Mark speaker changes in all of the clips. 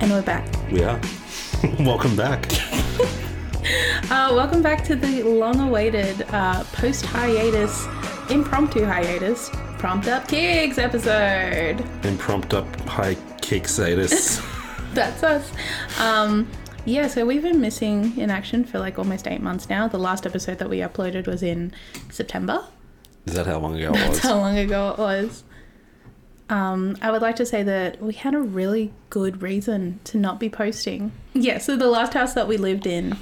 Speaker 1: And we're back.
Speaker 2: We are. Welcome back.
Speaker 1: Uh, welcome back to the long awaited uh, post hiatus, impromptu hiatus, Prompt Up Kicks episode.
Speaker 2: Impromptu high kicksitis.
Speaker 1: That's us. Um, yeah, so we've been missing in action for like almost eight months now. The last episode that we uploaded was in September.
Speaker 2: Is that how long ago it was?
Speaker 1: That's how long ago it was. Um, I would like to say that we had a really good reason to not be posting. Yeah, so the last house that we lived in,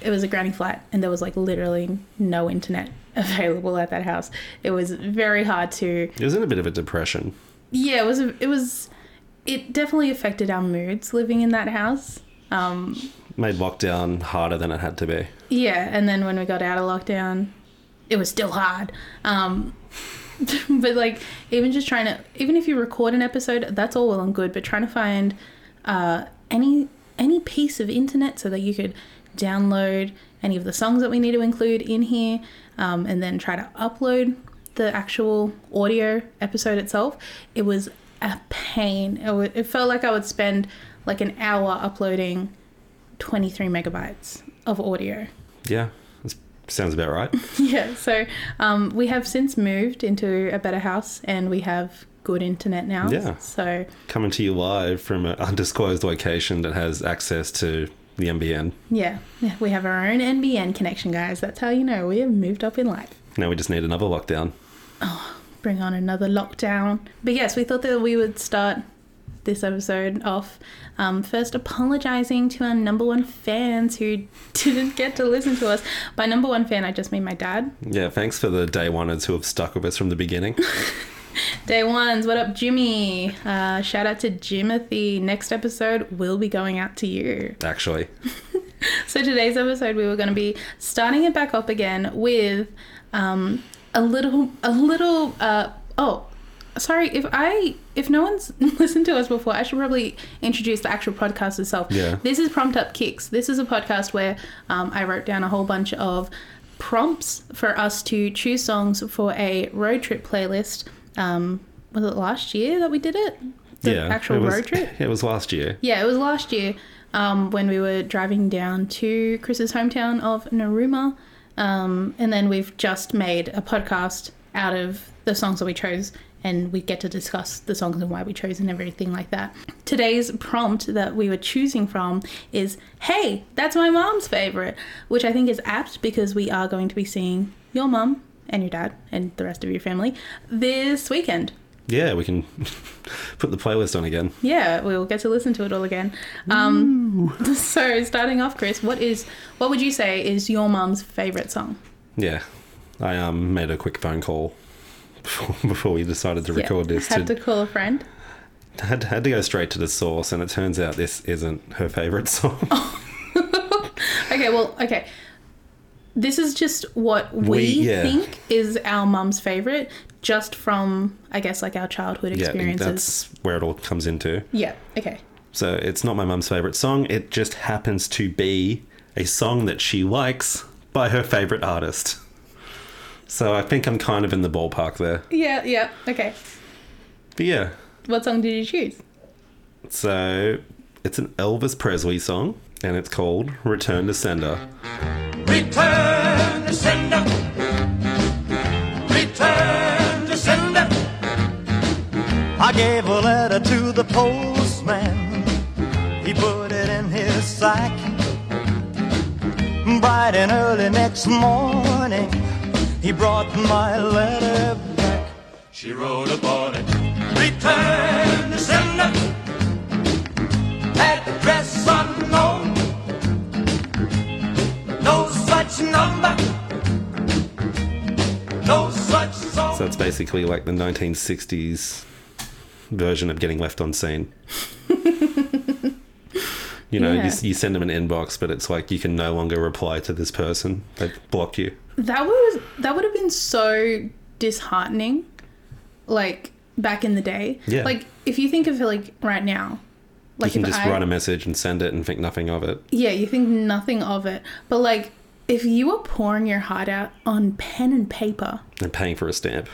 Speaker 1: it was a granny flat, and there was like literally no internet available at that house. It was very hard to.
Speaker 2: It was in a bit of a depression.
Speaker 1: Yeah, it was. It was. It definitely affected our moods living in that house. Um,
Speaker 2: Made lockdown harder than it had to be.
Speaker 1: yeah, and then when we got out of lockdown, it was still hard. Um, but like, even just trying to, even if you record an episode, that's all well and good. But trying to find uh, any any piece of internet so that you could download any of the songs that we need to include in here, um, and then try to upload the actual audio episode itself, it was a pain. It, w- it felt like I would spend like an hour uploading 23 megabytes of audio.
Speaker 2: Yeah, that sounds about right.
Speaker 1: Yeah, so um, we have since moved into a better house and we have good internet now.
Speaker 2: Yeah.
Speaker 1: So,
Speaker 2: Coming to you live from an undisclosed location that has access to the MBN.
Speaker 1: yeah, yeah, we have our own NBN connection, guys. That's how you know we have moved up in life.
Speaker 2: Now we just need another lockdown.
Speaker 1: Bring on another lockdown. But yes, we thought that we would start this episode off um, first apologizing to our number one fans who didn't get to listen to us. By number one fan, I just mean my dad.
Speaker 2: Yeah, thanks for the day oneers who have stuck with us from the beginning.
Speaker 1: Day ones, what up, Jimmy? Uh, shout out to Jimothy. Next episode will be going out to you.
Speaker 2: Actually,
Speaker 1: So today's episode, we were going to be starting it back up again with um, a little, a little. Uh, oh, sorry if I, if no one's listened to us before, I should probably introduce the actual podcast itself.
Speaker 2: Yeah.
Speaker 1: This is Prompt Up Kicks. This is a podcast where um, I wrote down a whole bunch of prompts for us to choose songs for a road trip playlist. Um, was it last year that we did it? The
Speaker 2: yeah,
Speaker 1: actual
Speaker 2: it was,
Speaker 1: road trip.
Speaker 2: It was last year.
Speaker 1: Yeah, it was last year um, when we were driving down to Chris's hometown of Naruma. Um, and then we've just made a podcast out of the songs that we chose, and we get to discuss the songs and why we chose and everything like that. Today's prompt that we were choosing from is Hey, that's my mom's favorite, which I think is apt because we are going to be seeing your mum and your dad and the rest of your family this weekend.
Speaker 2: Yeah, we can put the playlist on again.
Speaker 1: Yeah, we will get to listen to it all again. Um, so, starting off, Chris, what is what would you say is your mum's favorite song?
Speaker 2: Yeah, I um, made a quick phone call before we decided to record this.
Speaker 1: Had
Speaker 2: to,
Speaker 1: to call a friend.
Speaker 2: had, had to go straight to the source, and it turns out this isn't her favorite song.
Speaker 1: Oh, Okay, well, okay. This is just what we,
Speaker 2: We- yeah.
Speaker 1: think is our mum's favorite, just from I guess like our childhood
Speaker 2: yeah, I think
Speaker 1: experiences.
Speaker 2: that's where it all comes into.
Speaker 1: Yeah. Okay.
Speaker 2: So it's not my mum's favorite song. It just happens to be a song that she likes by her favorite artist. So I think I'm kind of in the ballpark there.
Speaker 1: Yeah. Yeah. Okay.
Speaker 2: But yeah,
Speaker 1: What song did you choose?
Speaker 2: so it's an Elvis Presley song, and it's called "Return to Sender."
Speaker 3: Return to sender. Return to sender. I gave a letter to the postman. He put it in his sack. Bright and early next morning, he brought my letter back. She wrote upon it. Return to sender. Address unknown no such number, no such song.
Speaker 2: So it's basically like the 1960s version of getting left on scene. you know,
Speaker 1: Yeah.
Speaker 2: you, you send them an inbox, but it's like you can no longer reply to this person. They block you.
Speaker 1: That was that would have been so disheartening, like back in the day.
Speaker 2: Yeah.
Speaker 1: Like if you think of it, like right now, like
Speaker 2: You can
Speaker 1: if
Speaker 2: just
Speaker 1: I,
Speaker 2: write a message and send it and think nothing of it.
Speaker 1: yeah, you think nothing of it, but like if you were pouring your heart out on pen and paper,
Speaker 2: and paying for a stamp.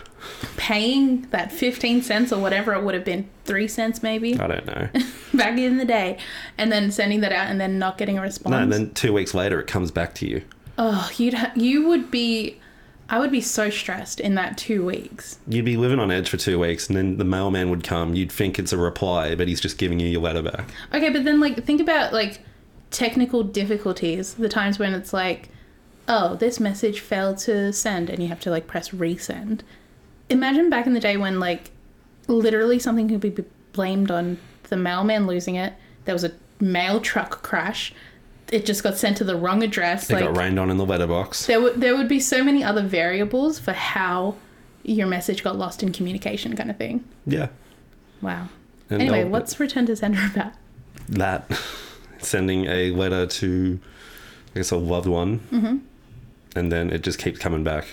Speaker 1: paying that 15 cents or whatever it would have been, 3 cents maybe,
Speaker 2: I don't know.
Speaker 1: back in the day, and then sending that out and then not getting a response.
Speaker 2: no, and then two weeks later, it comes back to you.
Speaker 1: oh, you'd ha- you would be I would be so stressed in that 2 weeks.
Speaker 2: You'd be living on edge for two weeks, and then the mailman would come. You'd think it's a reply, but he's just giving you your letter back.
Speaker 1: Okay, but then like think about like technical difficulties, the times when it's like, oh, this message failed to send and you have to like press resend. Imagine back in the day when like literally something could be b- blamed on the mailman losing it. There was a mail truck crash. It just got sent to the wrong address.
Speaker 2: It
Speaker 1: like
Speaker 2: got rained on in the letterbox.
Speaker 1: there would there would be so many other variables for how your message got lost in communication kind of thing.
Speaker 2: yeah.
Speaker 1: Wow.
Speaker 2: And
Speaker 1: Anyway,
Speaker 2: they'll-
Speaker 1: what's return to sender about?
Speaker 2: that sending a letter to I guess a loved one, mm-hmm. and then it just keeps coming back.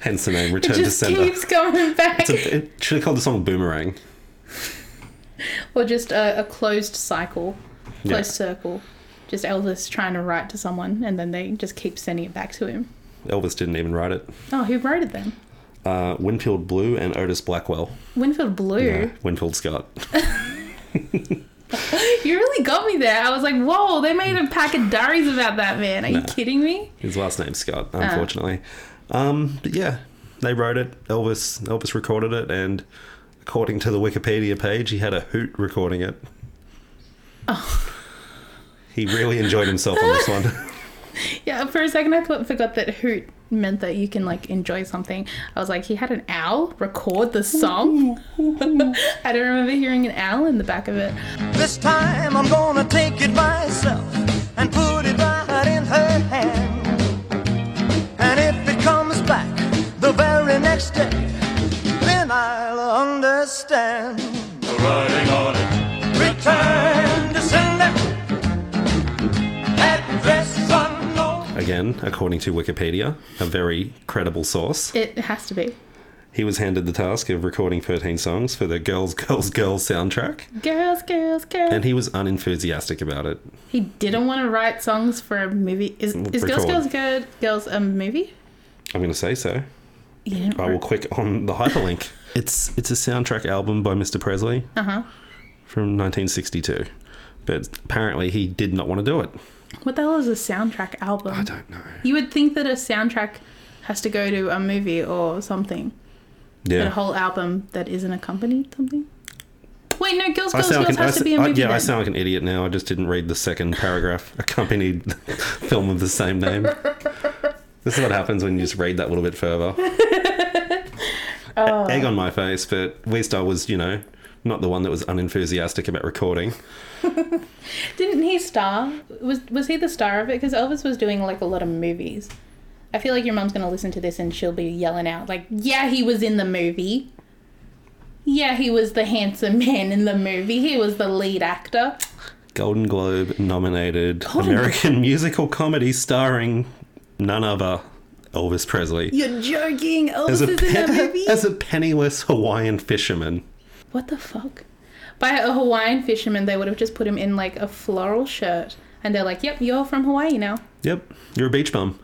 Speaker 2: Hence the name
Speaker 1: It
Speaker 2: Return to
Speaker 1: just
Speaker 2: Sender.
Speaker 1: keeps coming back.
Speaker 2: It's a- it should have called the song Boomerang.
Speaker 1: Or just a, a closed cycle,
Speaker 2: Yeah.
Speaker 1: closed circle. Just Elvis trying to write to someone, and then they just keep sending it back to him.
Speaker 2: Elvis didn't even write it.
Speaker 1: Oh, who wrote it then?
Speaker 2: Uh, Winfield Blue and Otis Blackwell.
Speaker 1: Winfield
Speaker 2: Uh,
Speaker 1: Blue.
Speaker 2: Winfield Scott.
Speaker 1: You really got me there. I was like, whoa, they made a pack of diaries about that man. Are you kidding me?
Speaker 2: His last name's Scott, unfortunately. Um, but yeah, they wrote it. Elvis Elvis recorded it, and according to the Wikipedia page, he had a hoot recording it. He really enjoyed himself on this one.
Speaker 1: Yeah, for a second I thought, forgot that Hoot meant that you can like enjoy something. I was like, he had an owl record the song. I don't remember hearing an owl in the back of it.
Speaker 3: This time I'm gonna take it myself and put it right in her hand. And if it comes back the very next day, then I'll understand. Writing on it. Return to sender. Address unknown.
Speaker 2: Again, according to Wikipedia, a very credible source,
Speaker 1: It has to be.
Speaker 2: he was handed the task of recording 13 songs for the Girls, Girls, Girls soundtrack,
Speaker 1: Girls, girls, girls.
Speaker 2: and he was unenthusiastic about it.
Speaker 1: He didn't want to write songs for a movie. Is, is Girls, Girls,
Speaker 2: Record.
Speaker 1: Girls, Girls a movie?
Speaker 2: I'm going to say so.
Speaker 1: He didn't.
Speaker 2: I will click on the hyperlink. it's it's a soundtrack album by Mr. Presley
Speaker 1: Uh huh.
Speaker 2: from 1962, but apparently he did not want to do it.
Speaker 1: What the hell is a soundtrack album?
Speaker 2: I don't know.
Speaker 1: You would think that a soundtrack has to go to a movie or something, but a
Speaker 2: Yeah,
Speaker 1: whole album that isn't accompanied something. Wait, no, Girls,
Speaker 2: I
Speaker 1: Girls, Girls
Speaker 2: sound like an, I
Speaker 1: has
Speaker 2: s-
Speaker 1: to be a
Speaker 2: I-
Speaker 1: movie.
Speaker 2: yeah, I
Speaker 1: then.
Speaker 2: sound like an idiot now. I just didn't read the second paragraph accompanied the film of the same name. This is what happens when you just read that little bit further.
Speaker 1: Oh.
Speaker 2: Egg on my face, but at least I was, you know, not the one that was unenthusiastic about recording.
Speaker 1: Didn't he star? Was was he the star of it? Because Elvis was doing like a lot of movies. I feel like your mom's gonna listen to this and she'll be yelling out like, "Yeah, he was in the movie. Yeah, he was the handsome man in the movie. He was the lead actor."
Speaker 2: Golden Globe nominated
Speaker 1: Golden
Speaker 2: American musical comedy starring none other Elvis Presley.
Speaker 1: You're joking. Elvis
Speaker 2: As a,
Speaker 1: is in the
Speaker 2: pe-
Speaker 1: movie.
Speaker 2: as a penniless Hawaiian fisherman.
Speaker 1: What the fuck? By a Hawaiian fisherman, they would have just put him in like a floral shirt, and they're like, "Yep, you're from Hawaii now."
Speaker 2: Yep, you're a beach bum.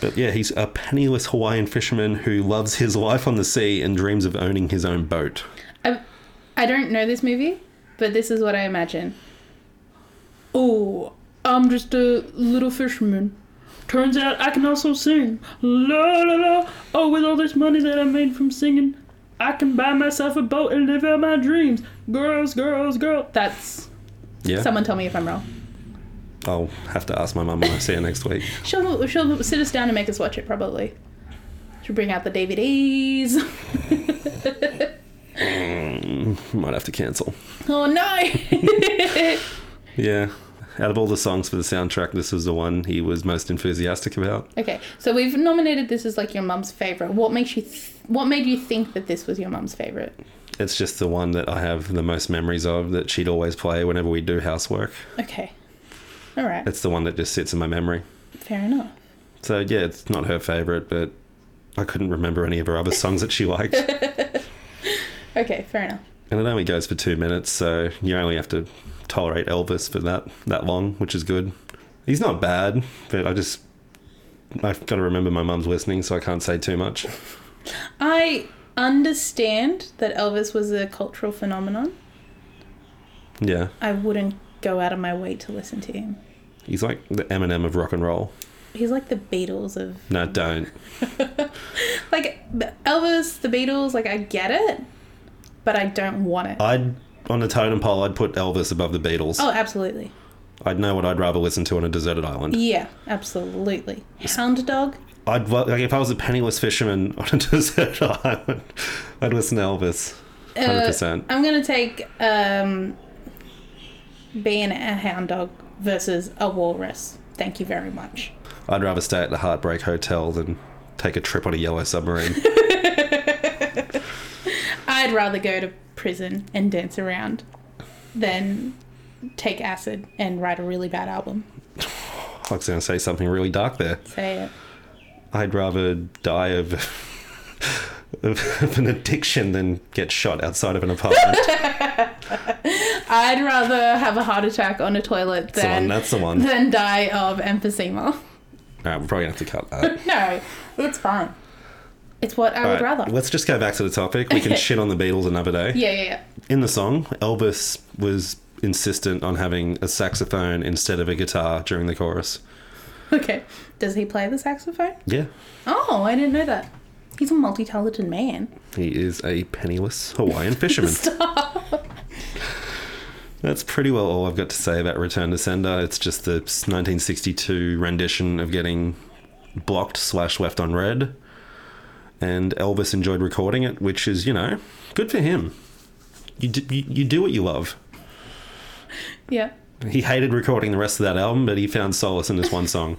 Speaker 2: but yeah, he's a penniless Hawaiian fisherman who loves his life on the sea and dreams of owning his own boat.
Speaker 1: I, I don't know this movie, but this is what I imagine. Oh, I'm just a little fisherman. Turns out I can also sing. La la la. Oh, with all this money that I made from singing, I can buy myself a boat and live out my dreams. Girls, girls, girls. That's.
Speaker 2: Yeah,
Speaker 1: Someone tell me if I'm wrong.
Speaker 2: I'll have to ask my mum when I see her next week.
Speaker 1: She'll, she'll sit us down and make us watch it, probably. She'll bring out the DVDs.
Speaker 2: Might have to cancel.
Speaker 1: oh no!
Speaker 2: Yeah. Out of all the songs for the soundtrack, this was the one he was most enthusiastic about.
Speaker 1: Okay, so we've nominated this as like your mum's favorite. What makes you, th- what made you think that this was your mum's favorite?
Speaker 2: It's just the one that I have the most memories of that she'd always play whenever we do housework.
Speaker 1: Okay, all right,
Speaker 2: It's the one that just sits in my memory.
Speaker 1: fair enough.
Speaker 2: So yeah, it's not her favorite, but I couldn't remember any of her other songs that she liked. and
Speaker 1: Okay, fair enough.
Speaker 2: it only goes for two minutes, so you only have to tolerate Elvis for that that long, which is good. He's not bad, but I just I've got to remember my mum's listening, so I can't say too much.
Speaker 1: I understand that Elvis was a cultural phenomenon.
Speaker 2: Yeah,
Speaker 1: I wouldn't go out of my way to listen to him.
Speaker 2: he's like the Eminem of rock and roll.
Speaker 1: He's like the Beatles of
Speaker 2: No, don't.
Speaker 1: like Elvis, the Beatles. Like I get it, but I don't want it.
Speaker 2: I'd on a totem pole, I'd put Elvis above the Beatles.
Speaker 1: oh, absolutely.
Speaker 2: I'd know what I'd rather listen to on a deserted island.
Speaker 1: Yeah, absolutely. Hound dog.
Speaker 2: I'd lo- like if I was a penniless fisherman on a deserted island, I'd listen to Elvis. Hundred
Speaker 1: Uh,
Speaker 2: percent.
Speaker 1: I'm gonna take um, being a hound dog versus a walrus. Thank you very much.
Speaker 2: I'd rather stay at the Heartbreak Hotel than take a trip on a yellow submarine.
Speaker 1: I'd rather go to prison and dance around than take acid and write a really bad album.
Speaker 2: I was going to say something really dark there.
Speaker 1: Say it.
Speaker 2: I'd rather die of, of, of an addiction than get shot outside of an apartment.
Speaker 1: I'd rather have a heart attack on a toilet
Speaker 2: the one,
Speaker 1: than
Speaker 2: that's the one.
Speaker 1: than die of emphysema.
Speaker 2: All right, we're probably going to have to cut that.
Speaker 1: No, it's fine. It's what I
Speaker 2: All
Speaker 1: would
Speaker 2: right,
Speaker 1: rather.
Speaker 2: Let's just go back to the topic. We can
Speaker 1: Okay.
Speaker 2: shit on the Beatles another day.
Speaker 1: yeah, yeah, yeah.
Speaker 2: In the song, Elvis was insistent on having a saxophone instead of a guitar during the chorus.
Speaker 1: Okay. Does he play the saxophone?
Speaker 2: Yeah,
Speaker 1: Oh, I didn't know that. He's a multi-talented man.
Speaker 2: he is a penniless Hawaiian fisherman. That's pretty well all I've got to say about Return to Sender. It's just the 1962 rendition of getting blocked slash left on red. And Elvis enjoyed recording it, which is, you know, good for him. You do, you, you do what you love.
Speaker 1: Yeah.
Speaker 2: He hated recording the rest of that album, but he found solace in this one song.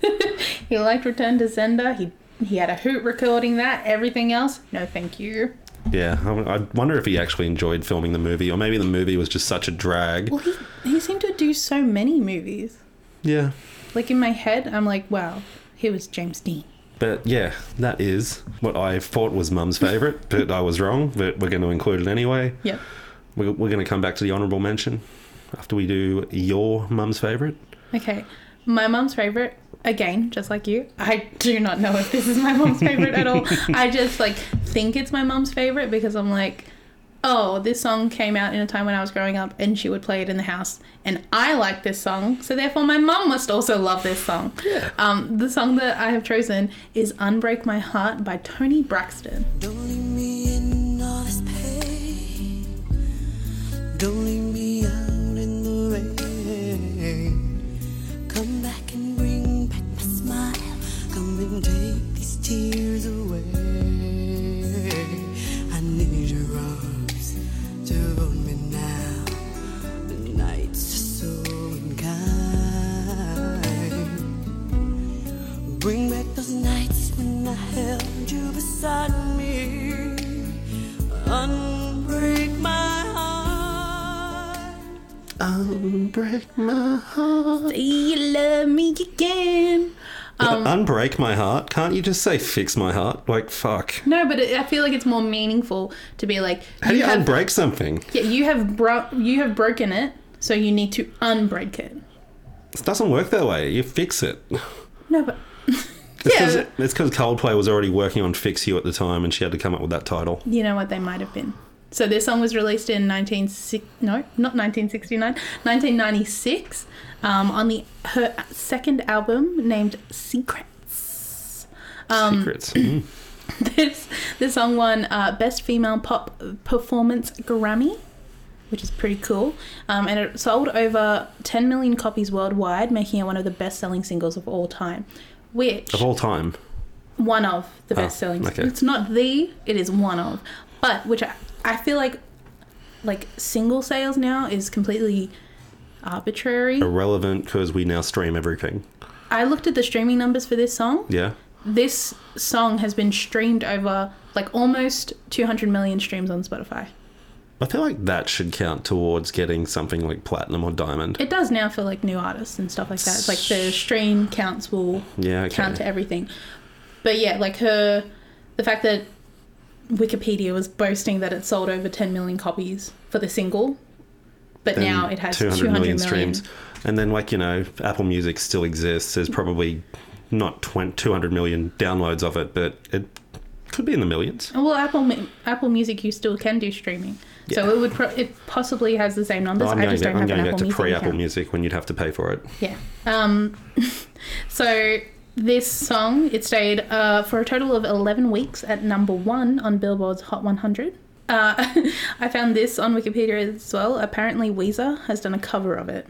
Speaker 1: He liked Return to Sender. He he had a hoot recording that. Everything else, no, thank you.
Speaker 2: yeah, I, I wonder if he actually enjoyed filming the movie, or maybe the movie was just such a drag.
Speaker 1: Well, he he seemed to do so many movies.
Speaker 2: Yeah,
Speaker 1: Like in my head, I'm like, wow, he was James Dean.
Speaker 2: But yeah, that is what I thought was Mum's favourite, but I was wrong. But we're going to include it anyway.
Speaker 1: Yep.
Speaker 2: We're, we're going to come back to the honourable mention after we do your Mum's favourite.
Speaker 1: Okay. My mom's favorite, again, just like you, I do not know if this is my mom's favorite at all. I just like think it's my mom's favorite because I'm like, oh, this song came out in a time when I was growing up and she would play it in the house and I like this song, so therefore my mom must also love this song. Um, the song that I have chosen is Unbreak My Heart by Tony Braxton.
Speaker 4: Don't leave me in all this pain. Don't leave me out in the rain. Come back and bring back my smile. Come and take these tears away. I need your arms to hold me now. The nights are so unkind. Bring back those nights when I held you beside me. Unbreak my heart.
Speaker 2: Unbreak my heart.
Speaker 1: Do you love me again? Um,
Speaker 2: Unbreak my heart. Can't you just say fix my heart? Like, fuck.
Speaker 1: No, but it, I feel like it's more meaningful to be like,
Speaker 2: How do you
Speaker 1: have-
Speaker 2: unbreak something?
Speaker 1: Yeah, you have bro- you have broken it, so you need to unbreak it.
Speaker 2: It doesn't work that way. You fix it.
Speaker 1: No, but Yeah.
Speaker 2: It's because Coldplay was already working on Fix You at the time and she had to come up with that title.
Speaker 1: you know what they might have been. So this song was released in 19 si- no, not 1969, 1996 um, on the her second album named Secrets. Um,
Speaker 2: Secrets. Mm.
Speaker 1: This this song won uh, Best Female Pop Performance Grammy, which is pretty cool. Um, and it sold over 10 million copies worldwide, making it one of the best-selling singles of all time. Which
Speaker 2: of all time.
Speaker 1: one of the best selling.
Speaker 2: okay.
Speaker 1: It's not the, it is one of. But which I, I feel like like single sales now is completely arbitrary.
Speaker 2: Irrelevant because we now stream everything.
Speaker 1: I looked at the streaming numbers for this song.
Speaker 2: Yeah.
Speaker 1: This song has been streamed over like almost 200 million streams on Spotify.
Speaker 2: I feel like that should count towards getting something like platinum or diamond.
Speaker 1: It does now for like new artists and stuff like that. It's like the stream counts will
Speaker 2: Yeah, okay.
Speaker 1: count to everything. But yeah, like her, the fact that Wikipedia was boasting that it sold over 10 million copies for the single, but
Speaker 2: Then
Speaker 1: now it has
Speaker 2: 200 million streams. And then, like, you know, Apple Music still exists. There's probably not 20, 200 million downloads of it, but it could be in the millions.
Speaker 1: Well, Apple Mu- Apple Music, you still can do streaming, so
Speaker 2: Yeah.
Speaker 1: it would pro- it possibly has the same numbers.
Speaker 2: I'm
Speaker 1: I
Speaker 2: going,
Speaker 1: just
Speaker 2: back,
Speaker 1: don't
Speaker 2: I'm
Speaker 1: have an
Speaker 2: going back
Speaker 1: Apple
Speaker 2: to
Speaker 1: Music.
Speaker 2: pre Apple
Speaker 1: account.
Speaker 2: Music when you'd have to pay for it.
Speaker 1: Yeah. Um, so this song it stayed uh, for a total of eleven weeks at number one on Billboard's Hot 100. Uh, I found this on Wikipedia as well. Apparently, Weezer has done a cover of it,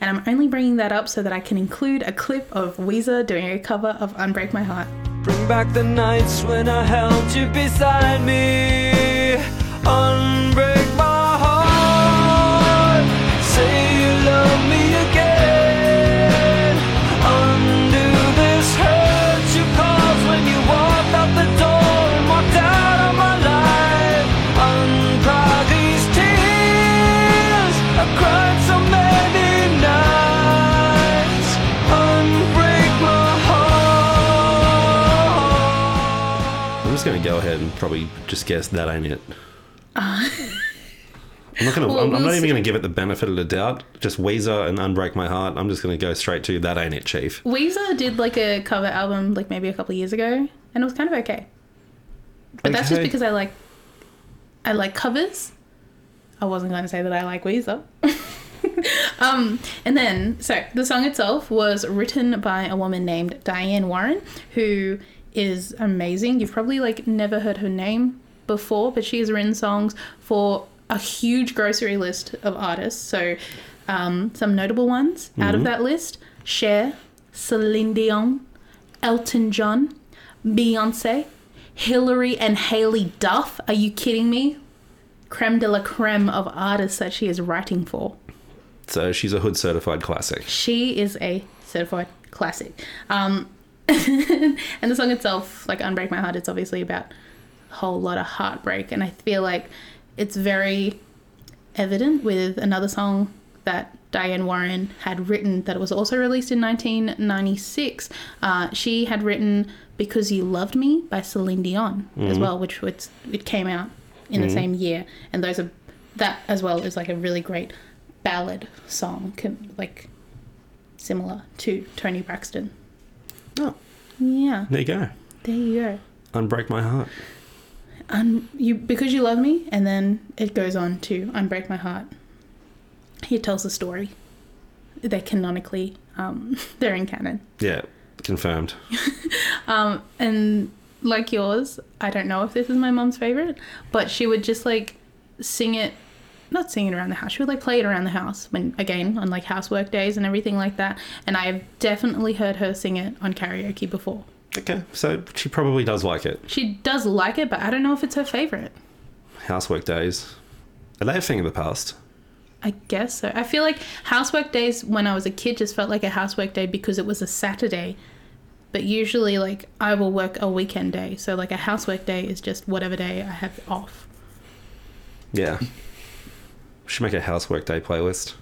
Speaker 1: and I'm only bringing that up so that I can include a clip of Weezer doing a cover of "Unbreak My Heart."
Speaker 5: Bring back the nights when I held you beside me. Unbreak my heart. Say you love me again. Undo this hurt you caused when you walked out the door and walked out of my life. Uncry these tears. I cried so many nights. Unbreak my heart.
Speaker 2: I'm just going to go ahead and probably just guess that ain't it. I'm not gonna.
Speaker 1: Well,
Speaker 2: I'm, I'm
Speaker 1: we'll
Speaker 2: not
Speaker 1: see.
Speaker 2: even gonna give it the benefit of the doubt. Just Weezer and Unbreak My Heart. I'm just gonna go straight to that ain't it, Chief.
Speaker 1: Weezer did like a cover album like maybe a couple of years ago, and it was kind of okay. But that's just
Speaker 2: Okay.
Speaker 1: because I like I like covers. I wasn't going to say that I like Weezer. um, and then so the song itself was written by a woman named Diane Warren, who is amazing. You've probably like never heard her name before, but she has written songs for a huge grocery list of artists. So um, some notable ones out of that list: Cher, Celine Dion, Elton John, Beyonce, Hillary and Haley Duff. Are you kidding me? Creme de la creme of artists that she is writing for.
Speaker 2: So she's a hood certified classic.
Speaker 1: She is a certified classic. Um, and the song itself, like Unbreak My Heart, it's obviously about a whole lot of heartbreak. And I feel like it's very evident with another song that Diane Warren had written that was also released in 1996. Uh, she had written Because You Loved Me by Celine Dion as well, which was, it came out in the same year. And those are, that as well is like a really great ballad song, com- like similar to Tony Braxton.
Speaker 2: Oh,
Speaker 1: Yeah,
Speaker 2: there you go.
Speaker 1: there you go.
Speaker 2: Unbreak My Heart.
Speaker 1: Un- you because you love me, and then it goes on to unbreak my heart. He tells the story. They're canonically, um, they're in canon.
Speaker 2: Yeah, confirmed.
Speaker 1: Um, and like yours, I don't know if this is my mom's favorite, but she would just like sing it, not sing it around the house. She would like play it around the house when again on like housework days and everything like that. And I've definitely heard her sing it on karaoke before.
Speaker 2: Okay, so she probably does like it.
Speaker 1: She does like it, but I don't know if it's her favorite.
Speaker 2: Housework days. Are they a thing of the past?
Speaker 1: I guess so. I feel like housework days when I was a kid just felt like a housework day because it was a Saturday. But usually, like, I will work a weekend day. So, like, a housework day is just whatever day I have off.
Speaker 2: Yeah. Should make a housework day playlist.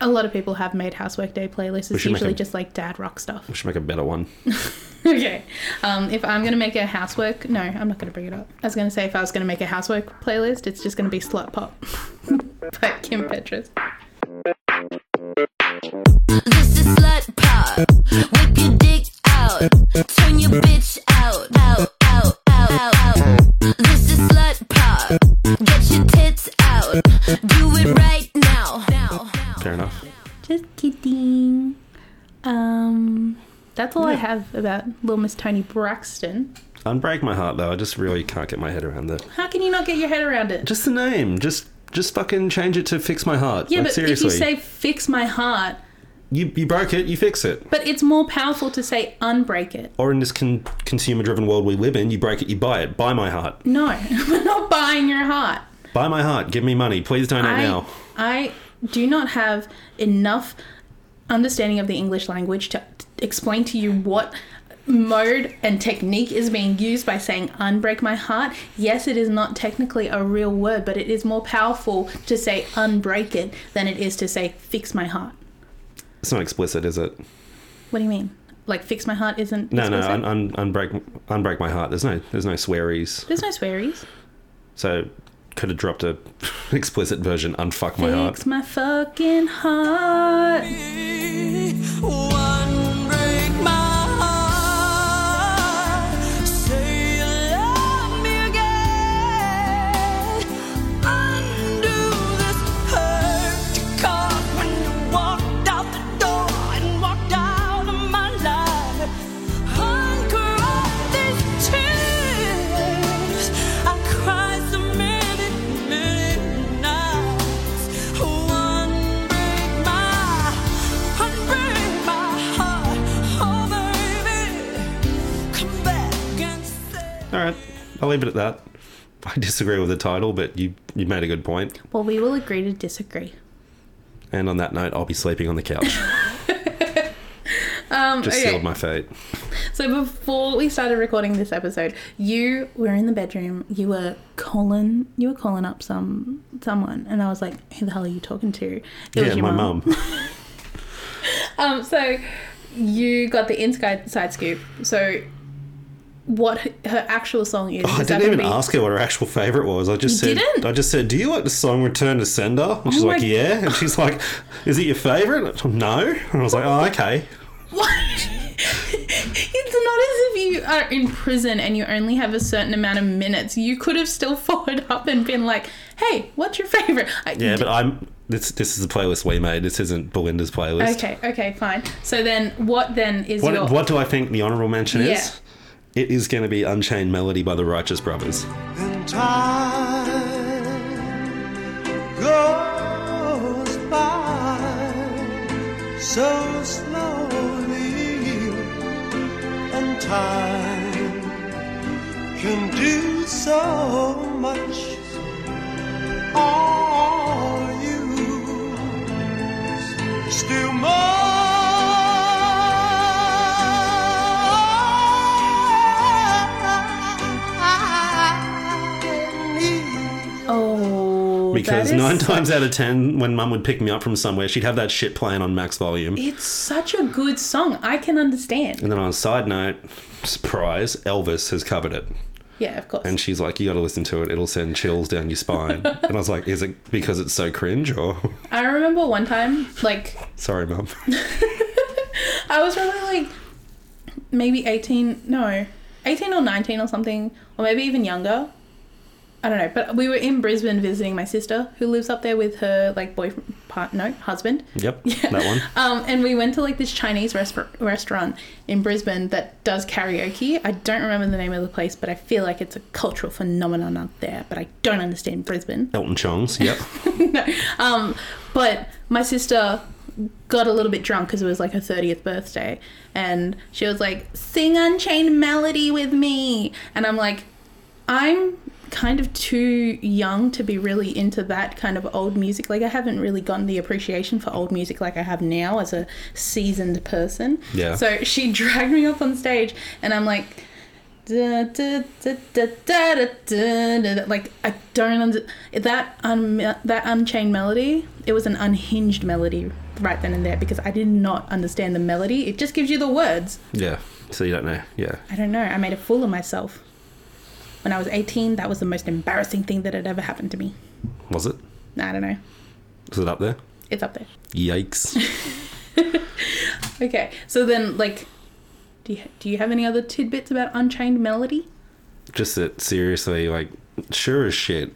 Speaker 1: A lot of people have made housework day playlists. It's
Speaker 2: should make
Speaker 1: usually
Speaker 2: a-
Speaker 1: just like dad rock stuff.
Speaker 2: We should make a better one.
Speaker 1: okay. Um, if I'm going to make a housework, no, I'm not going to bring it up. I was going to say if I was going to make a housework playlist, it's just going to be Slut Pop by Kim Petras.
Speaker 6: This is slut pop. Whip your dick out. Turn your bitch out. Out, out, out, out, out. This is slut pop. Get your tits out. Do it right now. Now.
Speaker 2: Fair enough.
Speaker 1: Just kidding. Um, that's all I have about Little Miss Tony Braxton.
Speaker 2: Unbreak My Heart, though. I just really can't get my head around that.
Speaker 1: How can you not get your head around it?
Speaker 2: Just the name. Just. Just fucking change it to fix my heart.
Speaker 1: yeah,
Speaker 2: Like,
Speaker 1: but
Speaker 2: seriously,
Speaker 1: if you say fix my heart,
Speaker 2: you, you broke it, you fix it.
Speaker 1: but it's more powerful to say unbreak it.
Speaker 2: Or in this con- consumer-driven world we live in, you break it, you buy it. Buy my heart.
Speaker 1: No, we're not buying your heart.
Speaker 2: Buy my heart. Give me money. Please donate
Speaker 1: I,
Speaker 2: now.
Speaker 1: I do not have enough understanding of the English language to t- explain to you what mode and technique is being used by saying unbreak my heart. Yes, it is not technically a real word, but it is more powerful to say unbreak it than it is to say fix my heart.
Speaker 2: It's not explicit, is it?
Speaker 1: What do you mean? Like fix my heart isn't
Speaker 2: No, no.
Speaker 1: explicit?
Speaker 2: Un- un- unbreak, unbreak my heart. There's no, there's no swearies.
Speaker 1: There's no swearies.
Speaker 2: So could have dropped a explicit version. Unfuck my heart.
Speaker 1: Fix my fucking heart.
Speaker 4: One break my heart. Say you love me again. Undo this hurt you caused when you walked out the door and walked out of my life. Uncross these tears. I cried so many, many nights. One break my, one break my heart. Oh baby, come back and say.
Speaker 2: All right, I'll leave it at that. I disagree with the title, but you you made a good point.
Speaker 1: Well, we will agree to disagree.
Speaker 2: And on that note, I'll be sleeping on the couch.
Speaker 1: Um,
Speaker 2: Just
Speaker 1: okay.
Speaker 2: sealed my fate.
Speaker 1: So before we started recording this episode, you were in the bedroom. You were calling. You were calling up some someone, and I was like, "Who the hell are you talking to?" It
Speaker 2: yeah, my mum.
Speaker 1: Um, so you got the inside side scoop. So what her her actual song is?
Speaker 2: Oh, I
Speaker 1: is that
Speaker 2: didn't even
Speaker 1: gonna be-
Speaker 2: ask her what her actual favorite was. I just
Speaker 1: You
Speaker 2: said,
Speaker 1: didn't? Oh
Speaker 2: I just said, "Do you like the song Return to Sender?" And she's
Speaker 1: my
Speaker 2: like, "Yeah." And she's like, "Is it your favorite?" No. And I was like, "Oh, okay."
Speaker 1: What? it's not as if you are in prison and you only have a certain amount of minutes. You could have still followed up and been like, "Hey, what's your favorite?" I-
Speaker 2: Yeah, but I'm. This this is the playlist we made. This isn't Belinda's playlist.
Speaker 1: Okay, okay, fine. So then, what then is your?
Speaker 2: What, what do I think the honorable mention
Speaker 1: Yeah.
Speaker 2: is? It is going to be Unchained Melody by the Righteous Brothers.
Speaker 3: And time goes by so slowly, and time can do so much. Are you still mine?
Speaker 1: Oh,
Speaker 2: Because
Speaker 1: that is
Speaker 2: nine
Speaker 1: su-
Speaker 2: times out of ten, when Mum would pick me up from somewhere, she'd have that shit playing on max volume.
Speaker 1: it's such a good song. I can understand.
Speaker 2: And then on a side note, surprise, Elvis has covered it.
Speaker 1: Yeah, of course.
Speaker 2: And she's like, "You got to listen to it. It'll send chills down your spine." and I was like, "Is it because it's so cringe?" Or
Speaker 1: I remember one time, like
Speaker 2: sorry, Mum.
Speaker 1: I was probably like maybe 18, no, 18 or 19 or something, or maybe even younger. I don't know, but we were in Brisbane visiting my sister who lives up there with her like boyfriend, part, no, husband.
Speaker 2: yep, that one.
Speaker 1: Um, and we went to like this Chinese resp- restaurant in Brisbane that does karaoke. I don't remember the name of the place, but I feel like it's a cultural phenomenon out there, but I don't understand Brisbane.
Speaker 2: Elton Chong's. Yep.
Speaker 1: no. Um, but my sister got a little bit drunk because it was like her 30th birthday and she was like sing unchained melody with me and i'm like i'm kind of too young to be really into that kind of old music like i haven't really gotten the appreciation for old music like i have now as a seasoned person
Speaker 2: Yeah.
Speaker 1: so she dragged me up on stage and i'm like da, da, da, da, da, da, da, da, da. like I don't under- that un- that unchained melody. It was an unhinged melody right then and there because I did not understand the melody. It just gives you the words.
Speaker 2: yeah. So you don't know. Yeah.
Speaker 1: I don't know. I made a fool of myself. When I was 18, that was the most embarrassing thing that had ever happened to me.
Speaker 2: Was it?
Speaker 1: I don't know.
Speaker 2: Is it up there?
Speaker 1: It's up there.
Speaker 2: Yikes.
Speaker 1: Okay. So then like do you, do you have any other tidbits about unchained melody?
Speaker 2: just that seriously, like, sure as shit.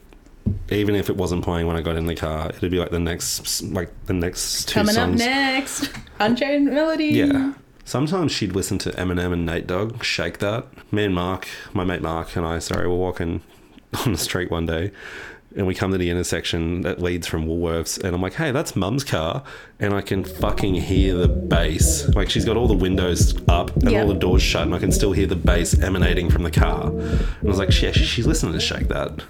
Speaker 2: Even if it wasn't playing when I got in the car, it'd be like the next, like the next two
Speaker 1: Coming
Speaker 2: songs.
Speaker 1: up next, unchained melody.
Speaker 2: Yeah. Sometimes she'd listen to Eminem and Nate Dogg, Shake That. Me and Mark, my mate Mark and I, sorry, we're walking on the street one day and we come to the intersection that leads from Woolworths and I'm like, hey, that's mum's car. And I can fucking hear the bass. Like she's got all the windows up and
Speaker 1: Yeah.
Speaker 2: all the doors shut and I can still hear the bass emanating from the car. And I was like, yeah, she, she's listening to Shake That.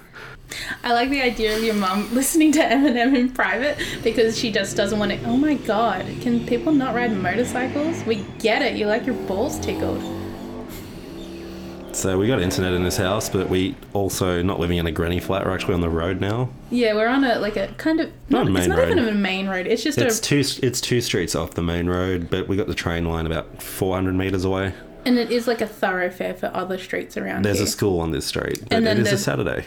Speaker 1: I like the idea of your mum listening to Eminem in private because she just doesn't want to. Oh my god, can people not ride motorcycles? We get it, you like your balls tickled.
Speaker 2: So we got internet in this house, but we also not living in a granny flat. We're actually on the road now.
Speaker 1: Yeah, we're on a like a kind of
Speaker 2: Not a
Speaker 1: it's
Speaker 2: main
Speaker 1: not even
Speaker 2: road.
Speaker 1: a main road. It's just
Speaker 2: It's
Speaker 1: a
Speaker 2: two. It's two streets off the main road, but we got the train line about 400 meters away.
Speaker 1: And it is like a thoroughfare for other streets around
Speaker 2: There's
Speaker 1: here.
Speaker 2: a school on this street, but
Speaker 1: And
Speaker 2: it
Speaker 1: then
Speaker 2: is a
Speaker 1: there's-
Speaker 2: Saturday.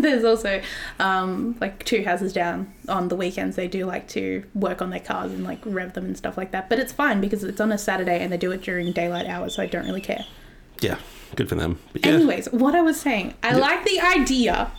Speaker 1: There's also um, like two houses down on the weekends. They do like to work on their cars and like rev them and stuff like that. But it's fine because it's on a Saturday and they do it during daylight hours, so I don't really care.
Speaker 2: Yeah, good for them. But yeah,
Speaker 1: Anyways, what I was saying, I like the idea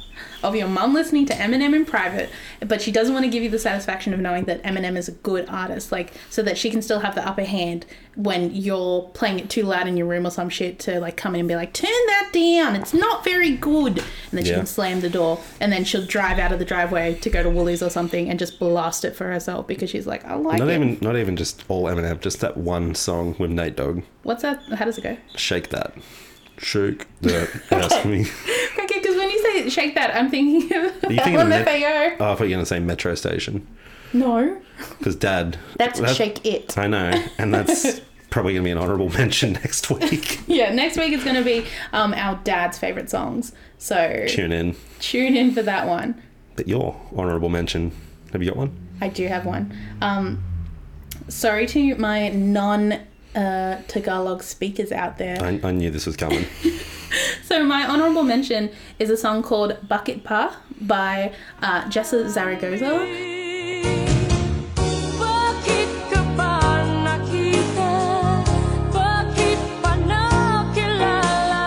Speaker 1: of your mum listening to Eminem in private, but she doesn't want to give you the satisfaction of knowing that Eminem is a good artist, like so that she can still have the upper hand when you're playing it too loud in your room or some shit to like come in and be like, turn that down, it's not very good, and then she
Speaker 2: Yeah.
Speaker 1: can slam the door, and then she'll drive out of the driveway to go to Woolies or something and just blast it for herself because she's like, I like
Speaker 2: not
Speaker 1: it.
Speaker 2: even not even just all Eminem, just that one song with Nate Dogg.
Speaker 1: What's that? How does it go?
Speaker 2: Shake that, shake that. Ask me.
Speaker 1: Okay, because when you say shake that, I'm thinking of
Speaker 2: Are you thinking of Met-
Speaker 1: LMFAO.
Speaker 2: Oh, I thought you were gonna say Metro Station
Speaker 1: No.
Speaker 2: because Dad.
Speaker 1: That's
Speaker 2: that-
Speaker 1: shake it.
Speaker 2: I know, and that's probably gonna be an honorable mention next week.
Speaker 1: Yeah, next week is going to be um, our dad's favorite songs. So
Speaker 2: Tune in.
Speaker 1: tune in for that one.
Speaker 2: But your honorable mention, have you got one?
Speaker 1: I do have one. Um, sorry to my non uh, Tagalog speakers out there.
Speaker 2: I, I knew this was coming.
Speaker 1: So my honorable mention is a song called Bucket Pa by uh, Jessa Zaragoza.
Speaker 6: Bakit ka pa nakita? Bakit pa nakilala?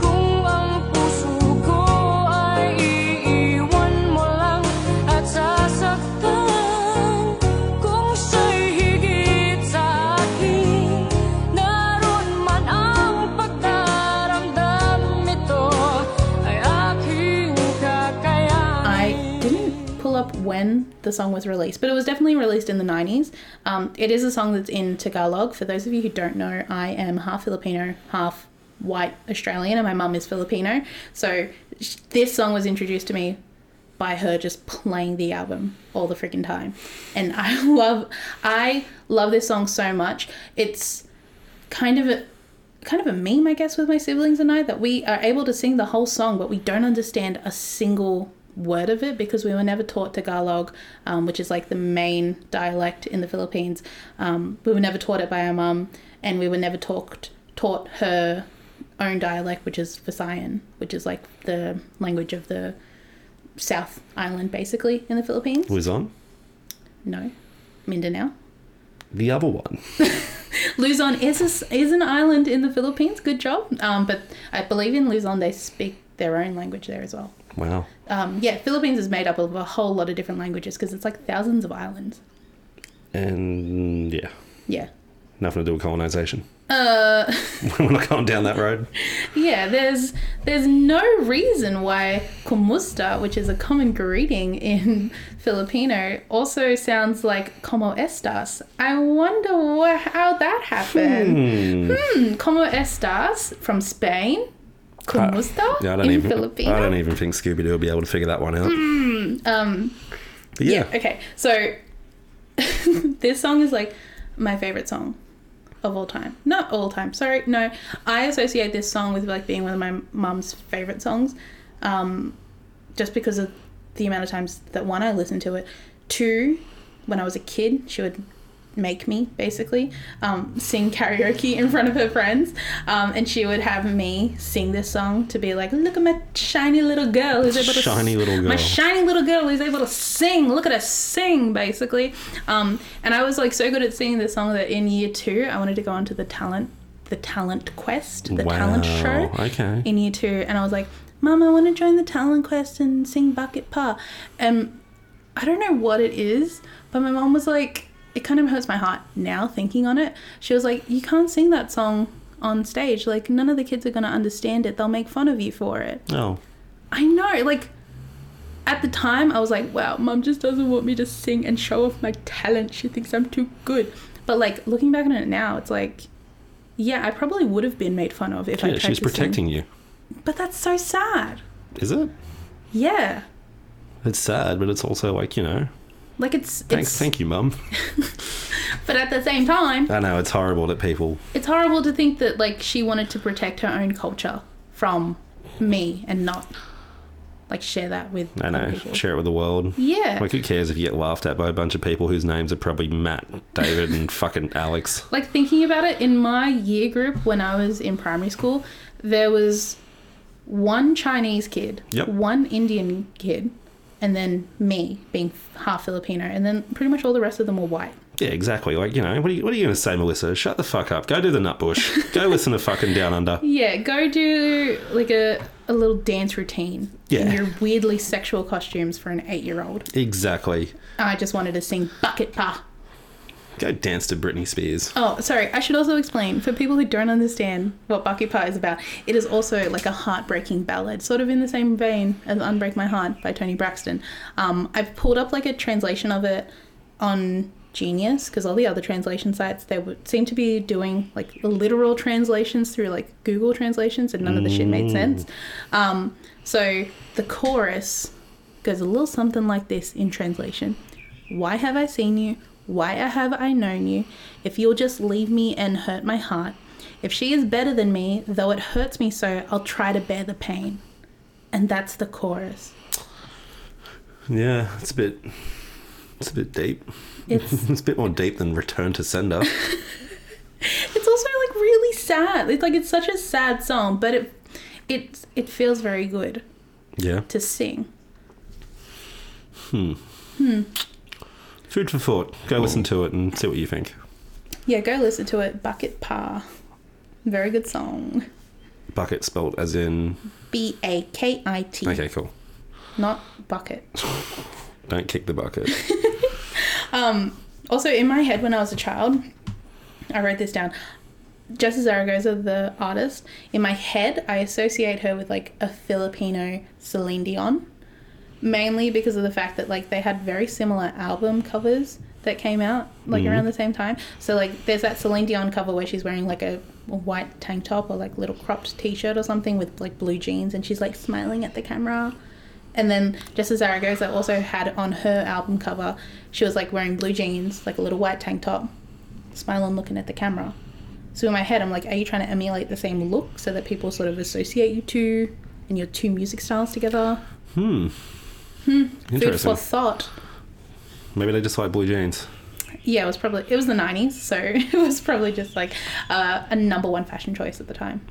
Speaker 6: Kung ang puso ko ay iiwan mo lang at sasaktan Kung siya'y higit sa akin Naroon man ang pagdaramdam ito ay aking kakayanin
Speaker 1: I didn't pull up when the song was released, but it was definitely released in the 90s. Um, it is a song that's in Tagalog. For those of you who don't know, I am half Filipino, half white Australian, and my mum is Filipino. So sh- this song was introduced to me by her just playing the album all the freaking time. And I love I love this song so much. It's kind of a kind of a meme I guess with my siblings and I that we are able to sing the whole song but we don't understand a single word of it because we were never taught Tagalog um, which is like the main dialect in the Philippines um, we were never taught it by our mum and we were never talked taught her own dialect which is Visayan which is like the language of the South Island basically in the Philippines
Speaker 2: Luzon,
Speaker 1: no Mindanao
Speaker 2: the other one.
Speaker 1: Luzon is a, is an island in the Philippines. Good job. Um, but I believe in Luzon they speak their own language there as well.
Speaker 2: Wow,
Speaker 1: Um, yeah, Philippines is made up of a whole lot of different languages because it's like thousands of islands.
Speaker 2: and mm, yeah,
Speaker 1: Yeah.
Speaker 2: nothing to do with colonization. Uh, we're not going down that road.
Speaker 1: Yeah, there's there's no reason why kumusta, which is a common greeting in Filipino, also sounds like como estas. I wonder wha how that happened. Hmm, como estas from Spain, kumusta
Speaker 2: Uh, Yeah, I don't
Speaker 1: in
Speaker 2: even.
Speaker 1: Filipino.
Speaker 2: I don't even think Scooby Doo will be able to figure that one out.
Speaker 1: Um,
Speaker 2: But yeah,
Speaker 1: okay, so this song is like my favorite song of all time. Not all time, sorry, no. I associate this song with like being one of my mum's favorite songs, um, just because of the amount of times that one I listened to it. Two, when I was a kid, she would make me basically um, sing karaoke in front of her friends um, and she would have me sing this song to be like look at my shiny little girl who's able to
Speaker 2: Shiny little
Speaker 1: my
Speaker 2: girl.
Speaker 1: tiny little girl who's able to sing. Look at her sing, basically. Um, and I was like so good at singing this song that in year two, I wanted to go on to the talent, the talent quest, the talent show
Speaker 2: Wow, okay.
Speaker 1: in year two, and I was like, Mom, I want to join the talent quest and sing Bucket Pa. And I don't know what it is, but my mom was like, it kind of hurts my heart now thinking on it. She was like, you can't sing that song on stage. Like none of the kids are gonna understand it. They'll make fun of you for it.
Speaker 2: Oh,
Speaker 1: I know, like at the time I was like, wow, mom just doesn't want me to sing and show off my talent. She thinks I'm too good. But like looking back on it now, it's like yeah, I probably would have been made fun of if I
Speaker 2: yeah,
Speaker 1: tried
Speaker 2: she's
Speaker 1: to sing.
Speaker 2: protecting you.
Speaker 1: But that's so sad.
Speaker 2: Is it?
Speaker 1: Yeah.
Speaker 2: It's sad, but it's also like you know.
Speaker 1: Like it's
Speaker 2: Thanks,
Speaker 1: it's
Speaker 2: thank you, Mum.
Speaker 1: but at the same time,
Speaker 2: I know it's horrible that people.
Speaker 1: it's horrible to think that like she wanted to protect her own culture from me and not like share that with
Speaker 2: I
Speaker 1: other
Speaker 2: know.
Speaker 1: people.
Speaker 2: Share it with the world.
Speaker 1: Yeah.
Speaker 2: Like, who cares if you get laughed at by a bunch of people whose names are probably Matt, David, and fucking Alex?
Speaker 1: like thinking about it in my year group when I was in primary school, there was one Chinese kid,
Speaker 2: Yep.
Speaker 1: one Indian kid, and then me being half Filipino, and then pretty much all the rest of them were white.
Speaker 2: Yeah, exactly. Like, you know, what are you, what are you going to say, Melissa? Shut the fuck up. Go do the nut bush. Go listen to fucking Down Under.
Speaker 1: Yeah, go do like a a little dance routine
Speaker 2: Yeah.
Speaker 1: in your weirdly sexual costumes for an eight year old.
Speaker 2: Exactly.
Speaker 1: I just wanted to sing bucket pa.
Speaker 2: Go dance to Britney Spears.
Speaker 1: Oh, sorry. I should also explain for people who don't understand what Bucket Pa is about. It is also like a heartbreaking ballad, sort of in the same vein as "Unbreak My Heart" by Tony Braxton. Um, I've pulled up like a translation of it on Genius because all the other translation sites they would seem to be doing like literal translations through like Google translations, and none of the shit made sense. Um, so the chorus goes a little something like this in translation. Why have I seen you? Why have I known you? If you'll just leave me and hurt my heart. If she is better than me, though it hurts me so, I'll try to bear the pain. And that's the chorus.
Speaker 2: Yeah, it's a bit. It's a bit deep.
Speaker 1: It's
Speaker 2: It's a bit more deep than Return to Sender.
Speaker 1: it's also like really sad. It's like it's such a sad song, but it it it feels very good
Speaker 2: Yeah. Hmm.
Speaker 1: to sing. Hmm.
Speaker 2: Food for thought. Go listen to it and see what you think.
Speaker 1: Yeah, go listen to it. Bucket Pa. Very good song.
Speaker 2: Bucket spelt as in.
Speaker 1: B A K I T.
Speaker 2: Okay, cool.
Speaker 1: Not bucket.
Speaker 2: Don't kick the bucket.
Speaker 1: Also, in my head when I was a child, I wrote this down. Jessa Zaragoza, the artist, in my head, I associate her with like a Filipino Celine Dion, mainly because of the fact that like they had very similar album covers that came out like around the same time. So like there's that Celine Dion cover where she's wearing like a, a white tank top or like little cropped t-shirt or something with like blue jeans and she's like smiling at the camera. And then Jessa Zaragoza also had on her album cover, she was like wearing blue jeans, like a little white tank top, smiling, looking at the camera. So in my head, I'm like, are you trying to emulate the same look so that people sort of associate you two and your two music styles together? Food for
Speaker 2: Interesting.
Speaker 1: thought.
Speaker 2: Maybe they just like blue jeans.
Speaker 1: Yeah, it was probably it was the '90s, so it was probably just like uh, a number one fashion choice at the time.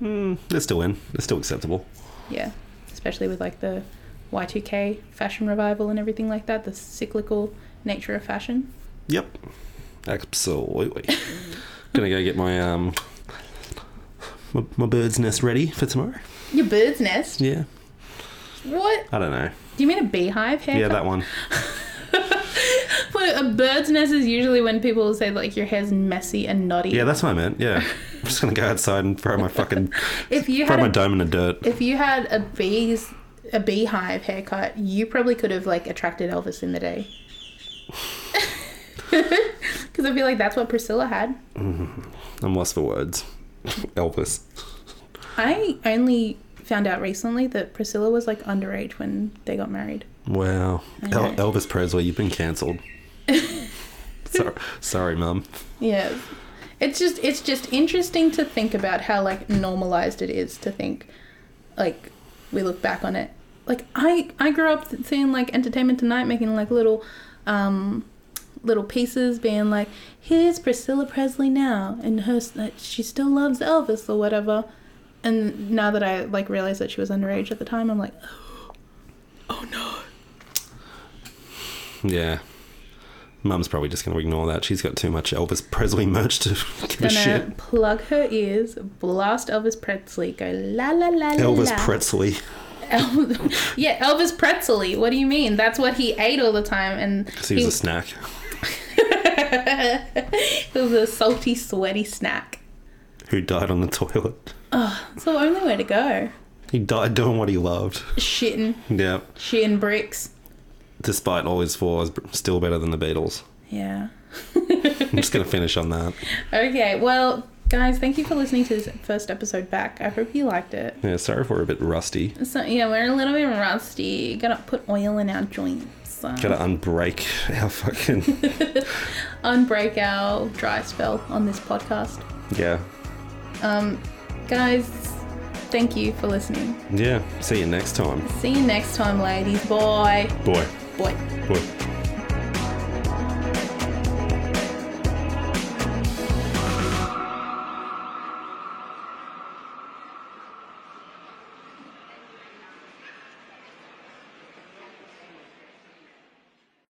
Speaker 2: They're still in. They're still acceptable.
Speaker 1: Yeah, especially with like the Y2K fashion revival and everything like that, the cyclical nature of fashion.
Speaker 2: Yep. Absolutely. Gonna go get my um my, my bird's nest ready for tomorrow.
Speaker 1: Your bird's nest.
Speaker 2: Yeah.
Speaker 1: What?
Speaker 2: I don't know.
Speaker 1: Do you mean a beehive haircut?
Speaker 2: Yeah, that one.
Speaker 1: Well, a bird's nest is usually when people say like your hair's messy and knotty.
Speaker 2: Yeah, that's what I meant. Yeah. I'm just gonna go outside and throw my fucking
Speaker 1: If you
Speaker 2: throw
Speaker 1: had
Speaker 2: my
Speaker 1: a-
Speaker 2: dome in the dirt.
Speaker 1: if you had a bees a beehive haircut, you probably could have like attracted Elvis in the day. Because I feel like that's what Priscilla had.
Speaker 2: I'm lost for words. Elvis.
Speaker 1: I only found out recently that Priscilla was like underage when they got married.
Speaker 2: Wow. El- Elvis Presley, you've been cancelled. sorry, sorry, mum.
Speaker 1: Yes. It's just it's just interesting to think about how like normalized it is to think like we look back on it. Like I I grew up seeing like Entertainment Tonight making like little um little pieces being like here's Priscilla Presley now and her like, she still loves Elvis or whatever. And now that I like realized that she was underage at the time, I'm like
Speaker 2: Yeah. Mum's probably just gonna ignore that. She's got too much Elvis Presley merch to give a
Speaker 1: gonna
Speaker 2: shit.
Speaker 1: plug her ears, blast Elvis Presley, go la la la la.
Speaker 2: Elvis
Speaker 1: la.
Speaker 2: Presley.
Speaker 1: El- yeah, Elvis Presley. What do you mean? That's what he ate all the time, and
Speaker 2: He was a snack.
Speaker 1: it was a salty, sweaty snack.
Speaker 2: Who died on the toilet?
Speaker 1: It's the only way to go.
Speaker 2: He died doing what he loved.
Speaker 1: Shitting,
Speaker 2: Yeah.
Speaker 1: shitting bricks.
Speaker 2: Despite all his flaws, still better than the Beatles.
Speaker 1: Yeah.
Speaker 2: I'm just going to finish on that.
Speaker 1: Okay. Well, guys, thank you for listening to this first episode back. I hope you liked it.
Speaker 2: Yeah, sorry if we're a bit rusty.
Speaker 1: So yeah, we're a little bit rusty. Gotta put oil in our joints. Um,
Speaker 2: Gotta unbreak our fucking.
Speaker 1: unbreak our dry spell on this podcast,
Speaker 2: yeah.
Speaker 1: Um, guys. Thank you for listening.
Speaker 2: Yeah. See you next time.
Speaker 1: See you next time, ladies. Bye.
Speaker 2: Boy.
Speaker 1: Bye.
Speaker 2: Boy.